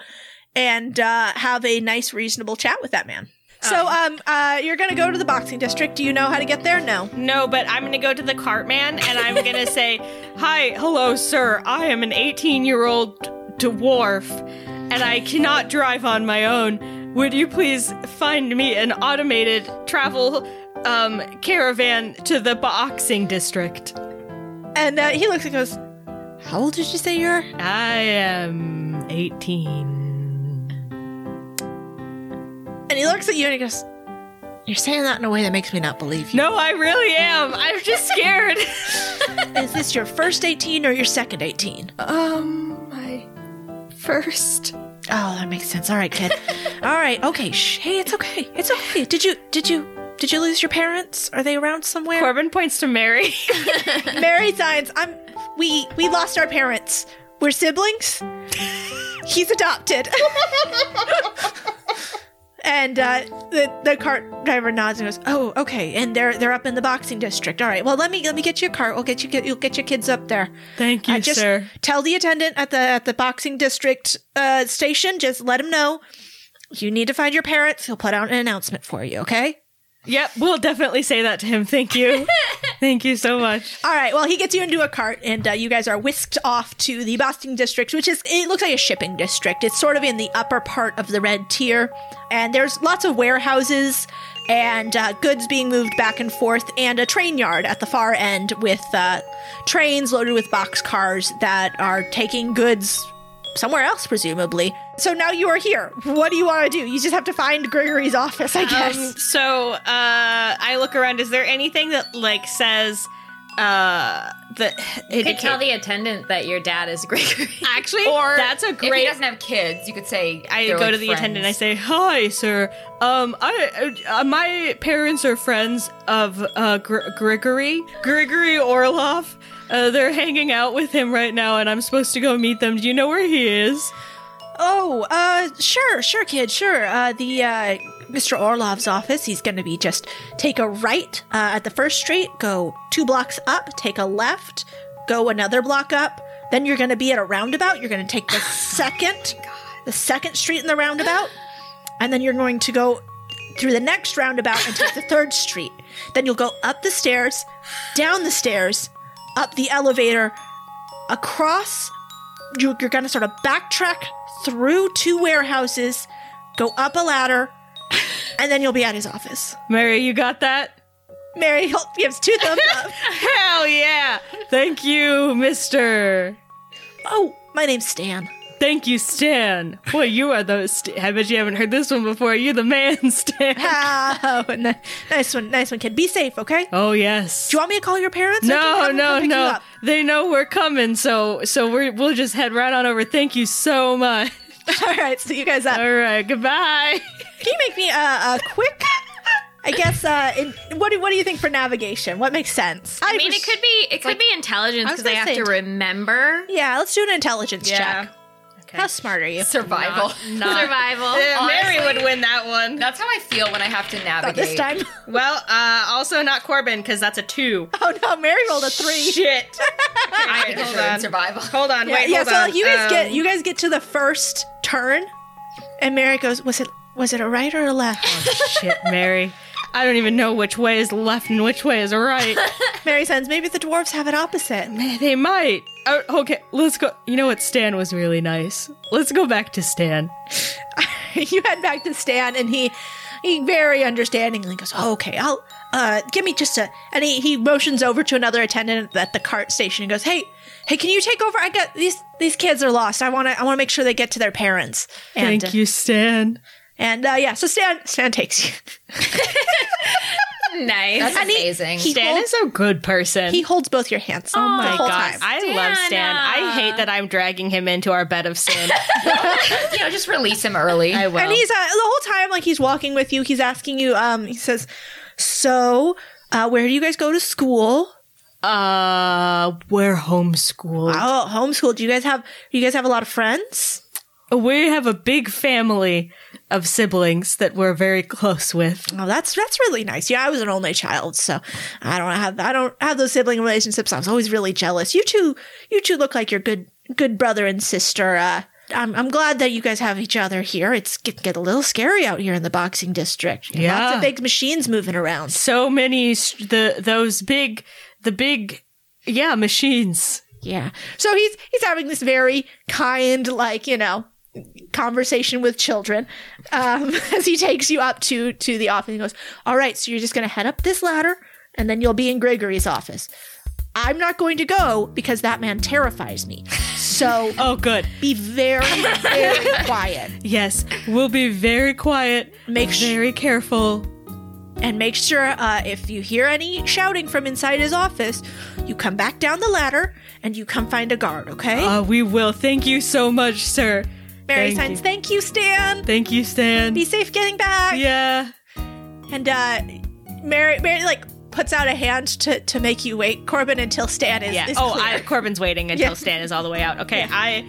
S1: and uh, have a nice, reasonable chat with that man. So, um, uh, you're gonna go to the boxing district. Do you know how to get there? No.
S2: No, but I'm going to go to the cart man and I'm going to say, Hi, hello, sir. I am an 18 year old dwarf and I cannot drive on my own. Would you please find me an automated travel um, caravan to the boxing district?
S1: And uh, he looks and goes, "How old did you say you're?"
S2: I am 18.
S1: And he looks at you and he goes, "You're saying that in a way that makes me not believe you.
S2: No, I really am. I'm just scared.
S1: Is this your first 18 or your second 18?"
S2: um, my first.
S1: Oh, that makes sense. All right, kid. All right. Okay. Shh. Hey, it's okay. It's okay. Did you did you did you lose your parents? Are they around somewhere?
S2: Corbin points to Mary.
S1: Mary signs. I'm. We we lost our parents. We're siblings. He's adopted. and uh, the the cart driver nods and goes, "Oh, okay." And they're they're up in the boxing district. All right. Well, let me let me get you a cart. We'll get you get you'll get your kids up there.
S2: Thank you,
S1: I just
S2: sir.
S1: tell the attendant at the at the boxing district uh, station. Just let him know you need to find your parents. He'll put out an announcement for you. Okay.
S2: Yep, we'll definitely say that to him. Thank you. Thank you so much.
S1: All right. Well, he gets you into a cart, and uh, you guys are whisked off to the boxing district, which is it looks like a shipping district. It's sort of in the upper part of the red tier, and there's lots of warehouses and uh, goods being moved back and forth, and a train yard at the far end with uh, trains loaded with box cars that are taking goods somewhere else, presumably. So now you are here. What do you want to do? You just have to find Gregory's office, I guess.
S2: Um, so uh, I look around. Is there anything that like says uh, that
S3: You could tell the attendant that your dad is Gregory.
S2: actually?
S3: or
S2: that's a
S3: If he
S2: great.
S3: doesn't have kids, you could say
S2: I
S3: they're
S2: go
S3: like
S2: to the
S3: friends.
S2: attendant. I say, "Hi, sir. Um, I uh, my parents are friends of uh, Gr- Grigory Grigory Orlov. Uh, they're hanging out with him right now, and I'm supposed to go meet them. Do you know where he is?
S1: Oh, uh, sure, sure, kid, sure. Uh, the, uh, Mr. Orlov's office, he's gonna be just take a right, uh, at the first street, go two blocks up, take a left, go another block up, then you're gonna be at a roundabout, you're gonna take the second, the second street in the roundabout, and then you're going to go through the next roundabout and take the third street. Then you'll go up the stairs, down the stairs, up the elevator, across you, you're going to sort of backtrack through two warehouses, go up a ladder, and then you'll be at his office.
S2: Mary, you got that?
S1: Mary Holt gives two thumbs up.
S2: Hell yeah! Thank you, Mister."
S1: oh, my name's Stan.
S2: Thank you, Stan. Boy, you are the. St- I bet you haven't heard this one before. You're the man, Stan.
S1: Oh, n- nice one, nice one, kid. Be safe, okay? Do
S2: Oh yes.
S1: you want me to call your parents? I can
S2: No,
S1: have them come
S2: no,
S1: pick you
S2: no.
S1: up.
S2: They know we're coming, so so we we'll just head right on over. Thank you so much.
S1: All right, so you guys up.
S2: All right, goodbye.
S1: Can you make me a, a quick? I guess. Uh, in, what do what do you think for navigation? What makes sense?
S4: I mean, it could be it could be intelligence
S1: I was
S4: because I
S1: gonna
S4: have
S1: say
S4: to
S1: int-
S4: remember
S1: Yeah, let's do an intelligence check.
S6: Okay.
S1: How smart are you?
S3: survival.
S4: survival.
S6: Yeah, Mary
S3: honestly.
S6: would win that one.
S3: That's how I feel when I have to
S1: Not
S3: navigate.
S1: this time.
S6: Well, uh, also not Corbin because that's a two.
S1: Oh no, Mary rolled a three.
S6: Shit.
S3: I
S6: Alright,
S3: think
S6: hold
S3: it's in
S6: on.
S3: survival.
S6: Hold on.
S1: Yeah,
S6: Wait.
S1: yeah
S6: hold
S1: so
S6: on.
S1: you guys
S6: Um,
S1: get you guys get to the first turn, and Mary goes, "Was it was it a right or a left?"
S2: Shit, Mary. I don't even know which way is left and which way is right.
S1: Mary says, "Maybe the dwarves have it opposite."
S2: they might. Oh, okay, let's go. You know what? Stan was really nice. Let's go back to Stan.
S1: you head back to Stan, and he He very understandingly goes, oh, "Okay, I'll uh give me just a." And he, he motions over to another attendant at the cart station and goes, "Hey, hey, can you take over? I got these these kids are lost. I want to I want to make sure they get to their parents." And, uh,
S2: Thank you, Stan.
S1: And uh, yeah, so Stan Stan takes you.
S3: Nice. That's
S1: And he-
S3: amazing.
S1: He,
S2: Stan
S1: holds,
S2: is a good person.
S1: he holds both your hands. Oh
S2: oh
S1: the
S2: my
S1: whole
S2: god,
S1: time.
S2: I love Stan. I hate that I'm dragging him into our bed of sin.
S3: you know, just release him early.
S7: I will.
S1: And he's uh, the whole time, like he's walking with you. He's asking you. Um, he says, "So, uh, where do you guys go to school?
S2: uh, we're homeschooled.
S1: Oh, homeschool. Do you guys have? Do you guys have a lot of friends?
S2: We have a big family of siblings that we're very close with.
S1: Oh, that's that's really nice. Yeah, I was an only child, so I don't have I don't have those sibling relationships. I was always really jealous. You two, you two look like you're good good brother and sister. Uh, I'm I'm glad that you guys have each other here. It's get get a little scary out here in the boxing district.
S2: Yeah.
S1: lots of big machines moving around.
S2: So many s- the those big the big yeah machines.
S1: Yeah. So he's he's having this very kind, like you know, conversation with children um, as he takes you up to to the office. He goes, "All right, so you're just gonna head up this ladder, and then you'll be in Gregory's office." I'm not going to go because that man terrifies me. So
S2: Oh, good.
S1: be very, very quiet
S2: Yes, we'll be very quiet.
S1: Make sh-
S2: very careful.
S1: and make sure uh, if you hear any shouting from inside his office, you come back down the ladder and you come find a guard. Okay,
S2: Uh, we will. Thank you so much, sir.
S1: Mary
S2: thank
S1: signs.
S2: you.
S1: Thank you, Stan.
S2: Thank you, Stan.
S1: Be safe getting back.
S2: yeah.
S1: And uh Mary Mary like puts out a hand to to make you wait, Corbin, until Stan is,
S2: Yeah.
S1: is
S2: Oh,
S1: clear.
S2: I, Corbin's waiting until
S1: Yeah.
S2: Stan is all the way out. Okay, I,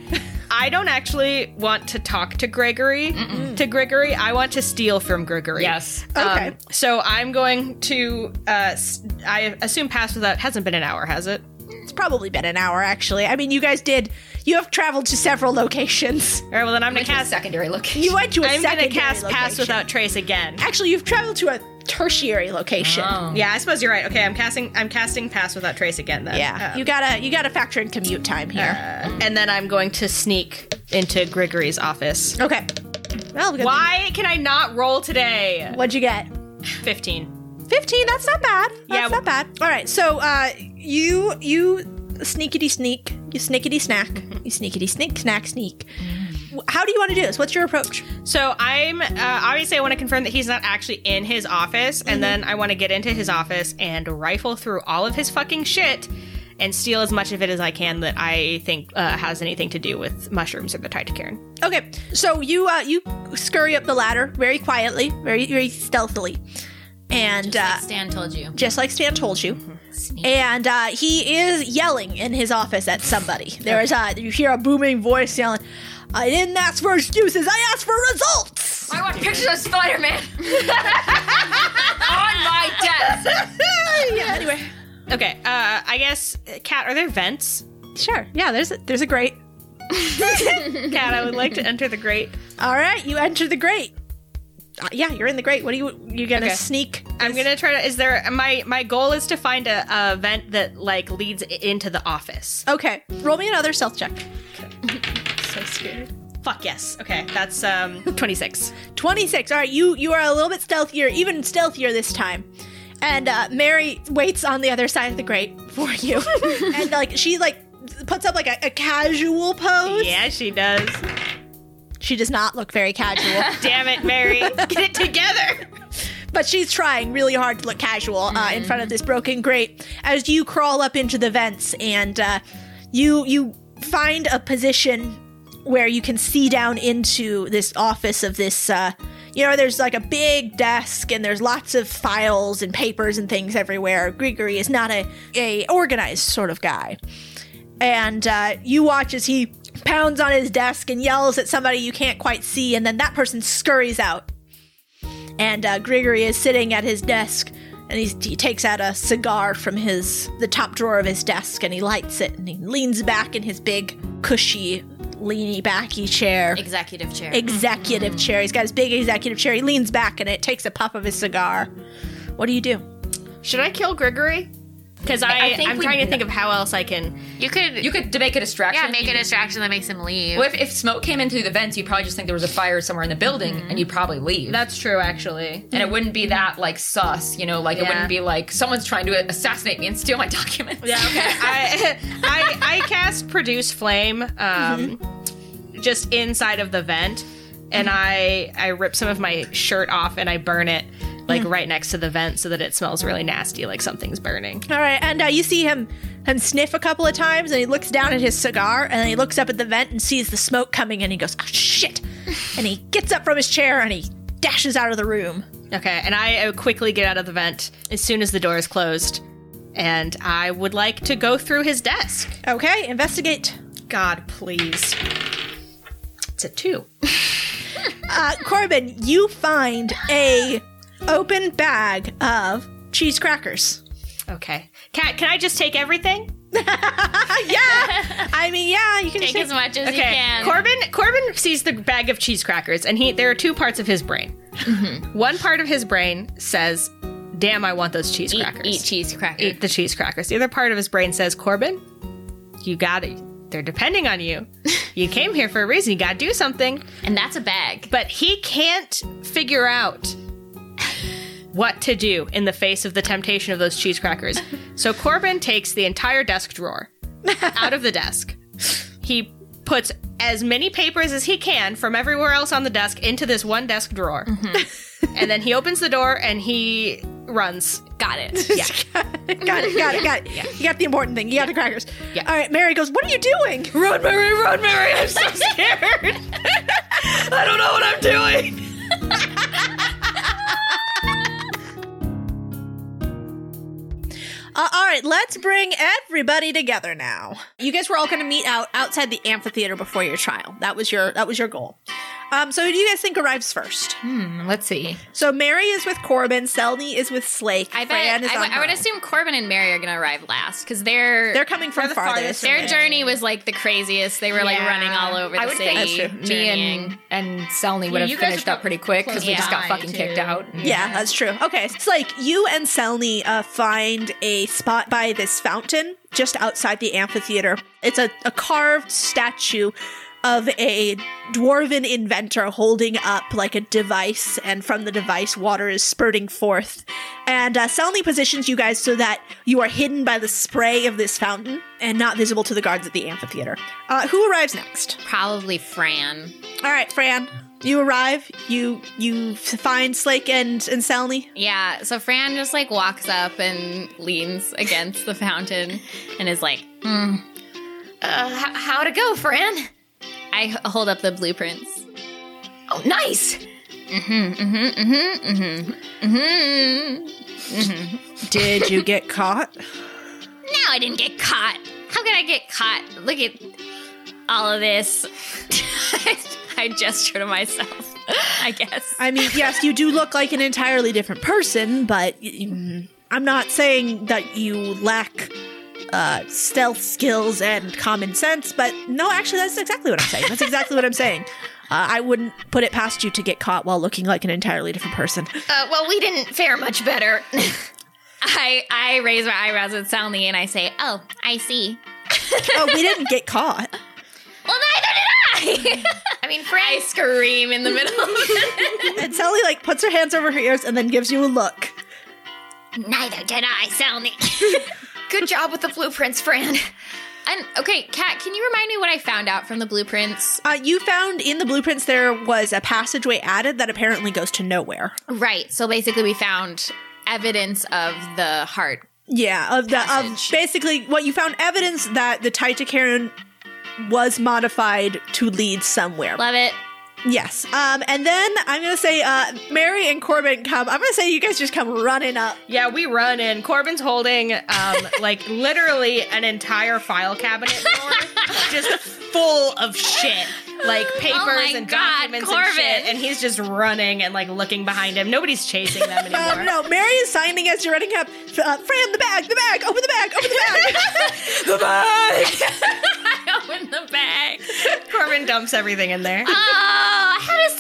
S2: I don't actually want to talk to Gregory. To Gregory, I want to steal from Gregory.
S3: yes.
S1: Okay.
S2: Um, so I'm going to. Uh, s- I assume pass without hasn't been an hour, has it?
S1: it's probably been an hour actually. I mean you guys did you have traveled to several locations.
S2: All right. Well, then I'm gonna
S3: Cast
S2: cast.
S3: secondary location.
S1: You went to a
S2: I'm gonna
S1: secondary
S2: cast pass
S1: location.
S2: without trace again.
S1: Actually you've traveled to a tertiary location.
S2: Yeah, I suppose you're right. Okay, I'm casting. I'm casting pass without trace again. Then.
S1: Yeah.
S2: Um,
S1: you gotta you gotta factor in commute time here.
S2: and then I'm going to sneak into Gregory's office.
S1: okay. Well good
S2: Oh. Why can I not roll today?
S1: thing. what'd you get?
S2: Fifteen.
S1: 15 that's not bad that's
S2: Yeah.
S1: not bad all right so uh you you sneakity sneak you snickety snack you sneakity sneak snack sneak how do you want to do this what's your approach
S2: So I'm uh, obviously I want to confirm that he's not actually in his office,
S1: Mm-hmm.
S2: and then I want to get into his office and rifle through all of his fucking shit and steal as much of it as I can that I think uh, has anything to do with mushrooms or the Titacairn.
S1: okay so you uh you scurry up the ladder very quietly very very stealthily and uh
S4: Stan told you.
S1: just like Stan told you. And uh, he is yelling in his office at somebody. There is uh, you hear a booming voice yelling, "I didn't ask for excuses. I asked for results."
S3: I want pictures of Spider Man on my desk.
S1: Yeah. Anyway,
S2: Okay, uh, I guess, Cat, are there vents?
S1: sure. Yeah, there's a, there's a grate.
S2: Cat, I would like to enter the grate.
S1: All right, you enter the grate. Uh, yeah, you're in the grate. What are you? You gonna
S2: Okay.
S1: sneak?
S2: I'm gonna try to. Is there my my goal is to find a, a vent that like leads i- into the office.
S1: Okay, roll me another stealth check.
S2: So scared. Fuck yes. Okay, that's um 26.
S1: Twenty six. All right, you you are a little bit stealthier, even stealthier this time. And uh, Mary waits on the other side of the grate for you, and like she like puts up like a, a casual pose.
S2: yeah, she does.
S1: She does not look very casual,
S2: Damn it, Mary. Get it together.
S1: but she's trying really hard to look casual uh, in front of this broken grate. As you crawl up into the vents, and uh, you you find a position where you can see down into this office of this. Uh, you know, there's like a big desk, and there's lots of files and papers and things everywhere. Gregory is not a a organized sort of guy, and uh, you watch as he pounds on his desk and yells at somebody you can't quite see, and then that person scurries out and uh, Grigory is sitting at his desk, and he's, he takes out a cigar from his the top drawer of his desk, and he lights it, and he leans back in his big cushy, leany backy chair,
S4: Executive chair.
S1: executive chair. He's got his big executive chair. He leans back in it, takes a puff of his cigar. What do you do?
S2: Should I kill Gregory? Because I,
S3: I think
S2: I'm
S3: we-
S2: trying to think of how else I can.
S4: You could,
S3: You could to make a distraction.
S4: yeah, make a distraction that makes him leave.
S3: Well, if, if smoke came in through the vents, you'd probably just think there was a fire somewhere in the building, and you'd probably leave.
S2: That's true, actually.
S3: and it wouldn't be that like sus, you know, like it
S2: Yeah.
S3: wouldn't be like someone's trying to assassinate me and steal my documents.
S2: Yeah, okay. I, I, I cast produce flame, um, just inside of the vent, and I, I rip some of my shirt off and I burn it, like right next to the vent, so that it smells really nasty, like something's burning.
S1: All right, and uh, you see him him sniff a couple of times, and he looks down at his cigar, and then he looks up at the vent and sees the smoke coming, and he goes, "Oh shit!" and he gets up from his chair and he dashes out of the room.
S2: Okay, and I uh, quickly get out of the vent as soon as the door is closed, and I would like to go through his desk.
S1: Okay, investigate.
S2: God, please. It's a two.
S1: Uh, Corbin, you find a open bag of cheese crackers.
S2: Okay, Kat, can I just take everything?
S1: yeah, I mean, yeah, you can
S4: Take
S1: say-
S4: as much as you
S2: Okay,
S4: can.
S2: Corbin. Corbin sees the bag of cheese crackers, and he there are two parts of his brain.
S4: Mm-hmm.
S2: One part of his brain says, "Damn, I want those cheese
S4: eat,
S2: crackers."
S4: eat cheese cracker.
S2: Eat the cheese crackers. The other part of his brain says, "Corbin, you got it. They're depending on you. You came here for a reason. You got to do something."
S4: And that's a bag.
S2: but he can't figure out what to do in the face of the temptation of those cheese crackers. So Corbin takes the entire desk drawer out of the desk. He puts as many papers as he can from everywhere else on the desk into this one desk drawer. and then he opens the door and he runs.
S4: Got it.
S1: got it, got it, got it. You got the important thing. You got the crackers.
S2: Yeah.
S1: All right, Mary goes, What are you doing?
S2: Run, Mary, run, Mary. I'm so scared. I don't know what I'm doing.
S1: Uh, all right, let's bring everybody together now. You guys were all going to meet out outside the amphitheater before your trial. That was your that was your goal. Um, so who do you guys think arrives first?
S3: Hmm, let's see.
S1: So Mary is with Corbin, Selny is with Slake,
S4: I bet.
S1: Fran is
S4: I
S1: on
S4: would- I
S1: her
S4: would
S1: own.
S4: assume Corbin and Mary are going to arrive last because they're,
S1: they're coming from
S2: the
S1: farthest.
S2: farthest
S4: their journey was like the craziest. They were like
S2: Yeah.
S4: running all over the
S3: I would
S4: city.
S3: think me
S4: journeying.
S3: and and Selny would have
S2: you guys
S3: finished
S2: are
S3: up pretty quick because we just got
S2: by,
S3: fucking
S2: too.
S3: kicked out.
S1: Yeah, that's true. Okay, it's like you and Selny uh, find a spot by this fountain just outside the amphitheater. It's a, a carved statue of a dwarven inventor holding up like a device, and from the device, water is spurting forth. And uh, Selny positions you guys so that you are hidden by the spray of this fountain and not visible to the guards at the amphitheater. Uh, who arrives next?
S4: Probably Fran.
S1: All right, Fran. You arrive. You you find Slake and and Selny.
S4: Yeah, so Fran just like walks up and leans against the fountain and is like, hmm, uh, how, how to go, Fran? I h- hold up the blueprints.
S3: Oh, nice.
S4: Mm hmm, mm hmm, mm hmm, mm hmm.
S1: Did you get caught?
S4: Now I didn't get caught. How can I get caught? Look at all of this. I gesture to myself, I guess.
S1: I mean, yes, you do look like an entirely different person, but mm, I'm not saying that you lack uh, stealth skills and common sense, but no, actually, that's exactly what I'm saying. That's exactly what I'm saying. Uh, I wouldn't put it past you to get caught while looking like an entirely different person.
S4: Uh, well, we didn't fare much better. I I raise my eyebrows at Sally and I say, "Oh, I see."
S1: Oh, we didn't get caught.
S4: Well, neither did I. I mean, Fran. I scream in the middle. of it.
S1: And Sally, like, puts her hands over her ears and then gives you a look.
S4: neither did I, Sally. Good job with the blueprints, Fran. And okay, Kat, can you remind me what I found out from the blueprints?
S1: Uh, you found in the blueprints there was a passageway added that apparently goes to nowhere.
S4: Right. So basically, we found evidence of the heart.
S1: Yeah, of the
S4: Passage.
S1: of basically what you found evidence that the Titacaran was modified to lead somewhere.
S4: Love it.
S1: yes. Um, and then I'm gonna say uh, Mary and Corbin come. I'm gonna say you guys just come running up.
S2: Yeah, we run in. Corbin's holding um, like literally an entire file cabinet full, just full of shit, like
S3: Oh
S2: papers
S4: my
S2: and
S4: God,
S2: documents
S4: Corbin.
S2: and shit. And he's just running and like looking behind him. Nobody's chasing them anymore.
S1: Um, no, Mary is signing as you're running up. Uh, Fran, the bag, the bag, open the bag, open the bag.
S4: I open Oh, the bag.
S2: Corbin dumps everything in there.
S4: Oh, I had a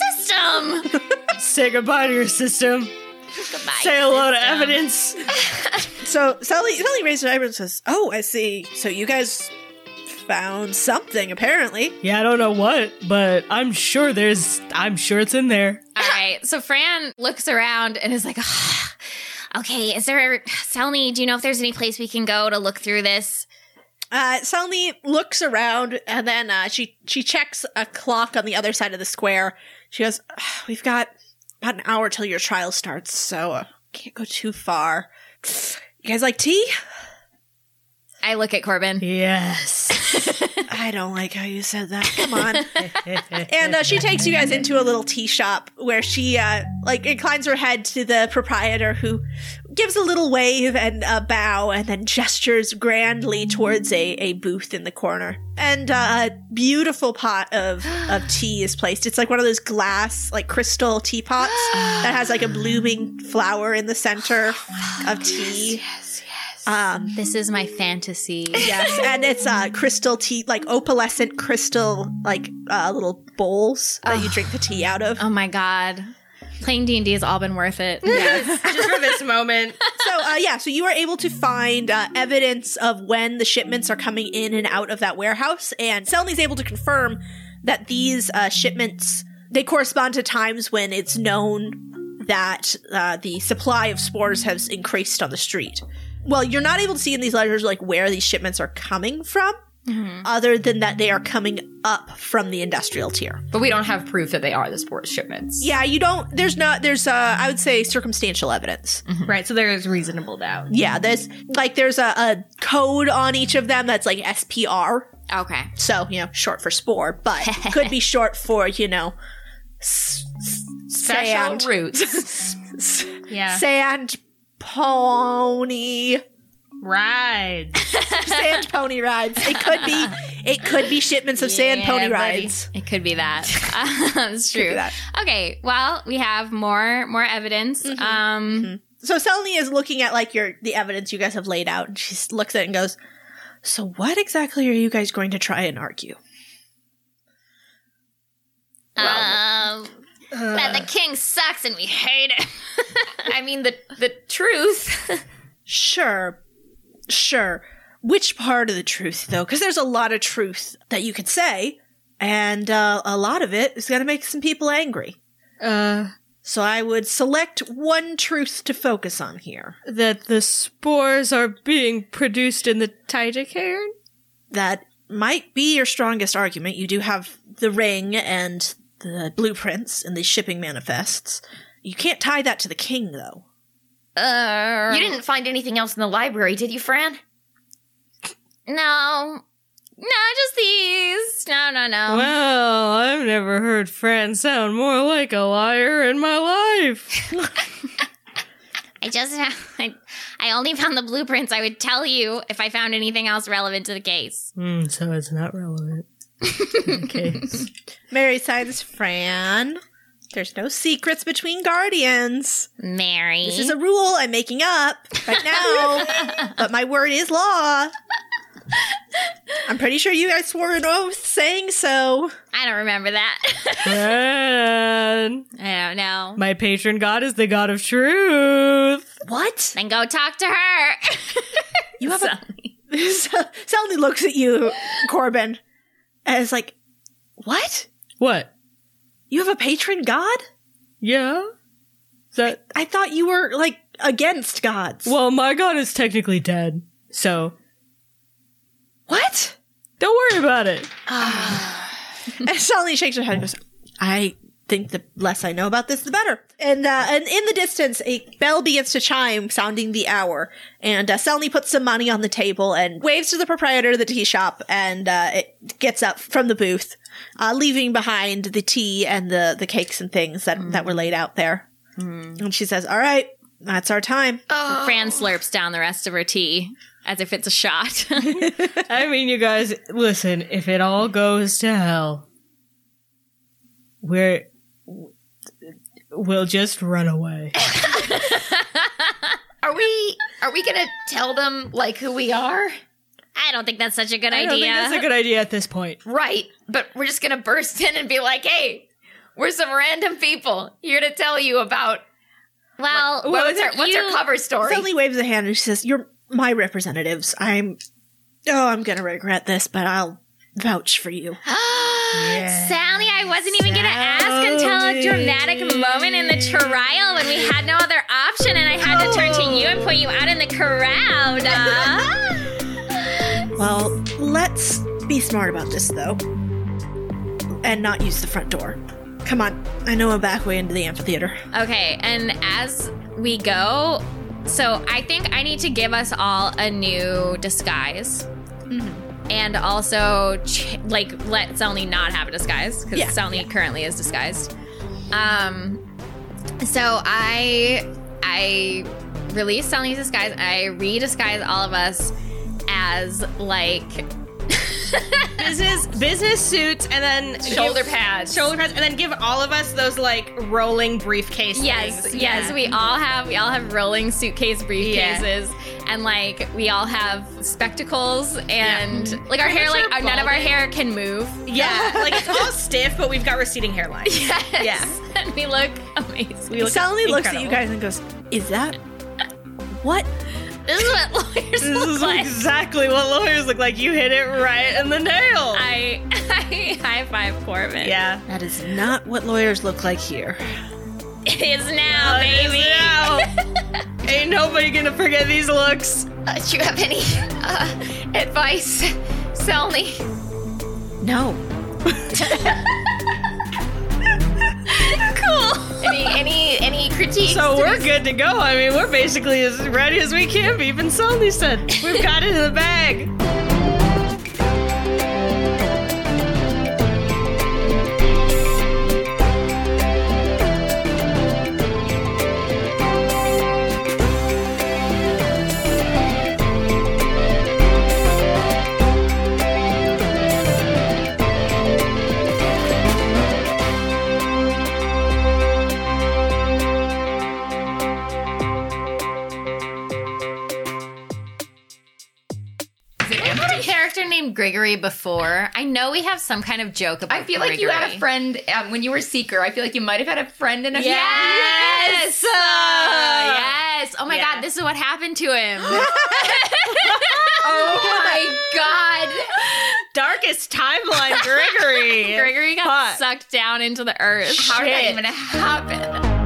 S4: system.
S2: Say goodbye to your system.
S4: Goodbye.
S2: Say hello to evidence.
S1: So Sally, Sally raises her eyebrows and says, "Oh, I see. So you guys found something, apparently."
S8: Yeah, I don't know what, but I'm sure there's. I'm sure it's in there.
S4: All right. So Fran looks around and is like, "Ah, okay, is there, tell me, do you know if there's any place we can go to look through this?
S1: Uh, Sally looks around and then uh, she she checks a clock on the other side of the square. She goes, "Ugh, "We've got about an hour till your trial starts, so uh, can't go too far." You guys like tea?
S4: I look at Corbin.
S8: Yes.
S1: I don't like how you said that. Come on. and uh, she takes you guys into a little tea shop where she uh, like inclines her head to the proprietor, who gives a little wave and a bow, and then gestures grandly towards a, a booth in the corner. And uh, a beautiful pot of of tea is placed. It's like one of those glass, like crystal teapots that has like a blooming flower in the center of tea.
S4: Oh, Yes, yes.
S1: Um,
S9: This is my fantasy.
S1: Yes, and it's uh crystal tea, like opalescent crystal, like uh, little bowls that you drink the tea out of.
S9: Oh my god. Playing D&D has all been worth it.
S2: Just for this moment.
S1: So uh, yeah, so you are able to find uh, evidence of when the shipments are coming in and out of that warehouse, and Selmy's able to confirm that these uh, shipments they correspond to times when it's known that uh, the supply of spores has increased on the street. Well, you're not able to see in these letters like where these shipments are coming from, other than that they are coming up from the industrial tier.
S3: But we don't have proof that they are the sports shipments.
S1: Yeah, you don't. There's not. There's uh, I would say circumstantial evidence.
S2: Right, so there is reasonable doubt.
S1: Yeah, there's like there's a, a code on each of them that's like SPR.
S9: Okay.
S1: So you know, short for spore, but could be short for you know, s- s- sand,
S3: roots.
S9: Yeah.
S1: sand pony,
S2: Right.
S1: sand pony rides. It could be. It could be shipments of sand
S9: Yeah,
S1: pony
S9: buddy.
S1: rides.
S9: It could be that. That's
S1: Could be
S9: true.
S1: that.
S9: Okay, well, we have more more evidence.
S4: Mm-hmm.
S9: Um
S1: So Selene is looking at like your the evidence you guys have laid out, and she s- looks at it and goes, "So what exactly are you guys going to try and argue?"
S4: Um, that the king sucks and we hate him.
S3: I mean the the truth.
S1: Sure. Sure. Which part of the truth, though? Because there's a lot of truth that you could say, and uh, a lot of it is going to make some people angry.
S8: Uh,
S1: So I would select one truth to focus on here
S8: that the spores are being produced in the Titacairn.
S1: that might be your strongest argument. You do have the ring and the blueprints and the shipping manifests. You can't tie that to the king, though.
S4: uh, you didn't find anything else in the library, did you, Fran? No. No, just these. No, no, no.
S8: Well, I've never heard Fran sound more like a liar in my life.
S4: I just have, I, I only found the blueprints. I would tell you if I found anything else relevant to the case.
S8: Hmm, so it's not relevant. Okay.
S1: Mary signs Fran. There's no secrets between guardians.
S4: Mary.
S1: This is a rule I'm making up right now, but my word is law. I'm pretty sure you guys swore an oath saying so.
S4: I don't remember that.
S8: Fran,
S4: I don't know.
S8: my patron god is the god of truth.
S1: What?
S4: Then go talk to her.
S1: You have a. So- Suddenly looks at you, Corbin, and is like, "What?
S8: What?
S1: You have a patron god?
S8: Yeah? Is that
S1: I thought you were like against gods."
S8: Well, my god is technically dead, so
S1: What?
S8: don't worry about it.
S1: And Sally shakes her head and goes, I think the less I know about this, the better. And, uh, and in the distance, a bell begins to chime, sounding the hour. And uh, Selene puts some money on the table and waves to the proprietor of the tea shop and uh, it gets up from the booth, uh, leaving behind the tea and the, the cakes and things that, that were laid out there. And she says, All right, that's our time.
S9: Fran slurps down the rest of her tea as if it's a shot.
S8: I mean, you guys, listen, if it all goes to hell, we're. We'll just run away.
S3: Are we are we gonna tell them like who we are?
S4: I don't think that's such a good
S8: I
S4: idea.
S8: don't think that's a good idea at this point.
S3: Right. But we're just gonna burst in and be like, hey, we're some random people here to tell you about Well,
S2: What was her, what's her
S3: you-
S2: cover story?
S1: Suddenly waves a hand and she says, "You're my representatives. I'm. Oh, I'm gonna regret this, but I'll vouch for you."
S3: Sally, I wasn't even going to ask until a dramatic moment in the trial when we had no other option and I had to turn to you and put you out in the crowd. Uh,
S1: Well, let's be smart about this though, and not use the front door. Come on, I know a back way into the amphitheater.
S4: Okay, and as we go, so I think I need to give us all a new disguise.
S1: Mm-hmm.
S4: And also, ch- like, let Selny not have a disguise because
S1: Yeah,
S4: Selny currently is disguised. Um, so I, I release Selny's disguise. I re-disguise all of us as like
S8: business business suits and then
S4: Shoulder pads.
S8: shoulder pads, and then give all of us those like rolling briefcase.
S4: Yes,
S8: things.
S4: yes, we all have we all have rolling suitcase briefcases, and like we all have spectacles, and like our hair, like none of our hair can move.
S8: yeah. Like it's all stiff, but we've got receding hairlines.
S4: Yes, and we look amazing.
S8: We look
S1: Sally looks at you
S8: incredible.
S1: guys and goes, "Is that what?"
S4: This is what lawyers
S8: This is
S4: look like.
S8: exactly what lawyers look like. You hit it right in the nail.
S4: I, I high five Corbin.
S8: yeah.
S1: That is not what lawyers look like here.
S4: it is now,
S8: It
S4: baby.
S8: is now. Ain't nobody gonna forget these looks.
S3: uh, do you have any uh, advice, Sally?
S1: No.
S3: Any any any critiques?
S8: So we're good to go. I mean, we're basically as ready as we can be. Even Sully said we've got it in the bag.
S3: I had a character named Gregory before. I know we have some kind of joke about
S2: I feel like you had a friend um, when you were Seeker. I feel like you might have had a friend in a
S4: Yes. Uh, yes. Oh my
S8: Yeah.
S4: God, this is what happened to him.
S2: Oh my god!
S8: Darkest timeline, Gregory.
S4: Gregory got
S8: Fuck.
S4: sucked down into the earth.
S2: How did that even happen?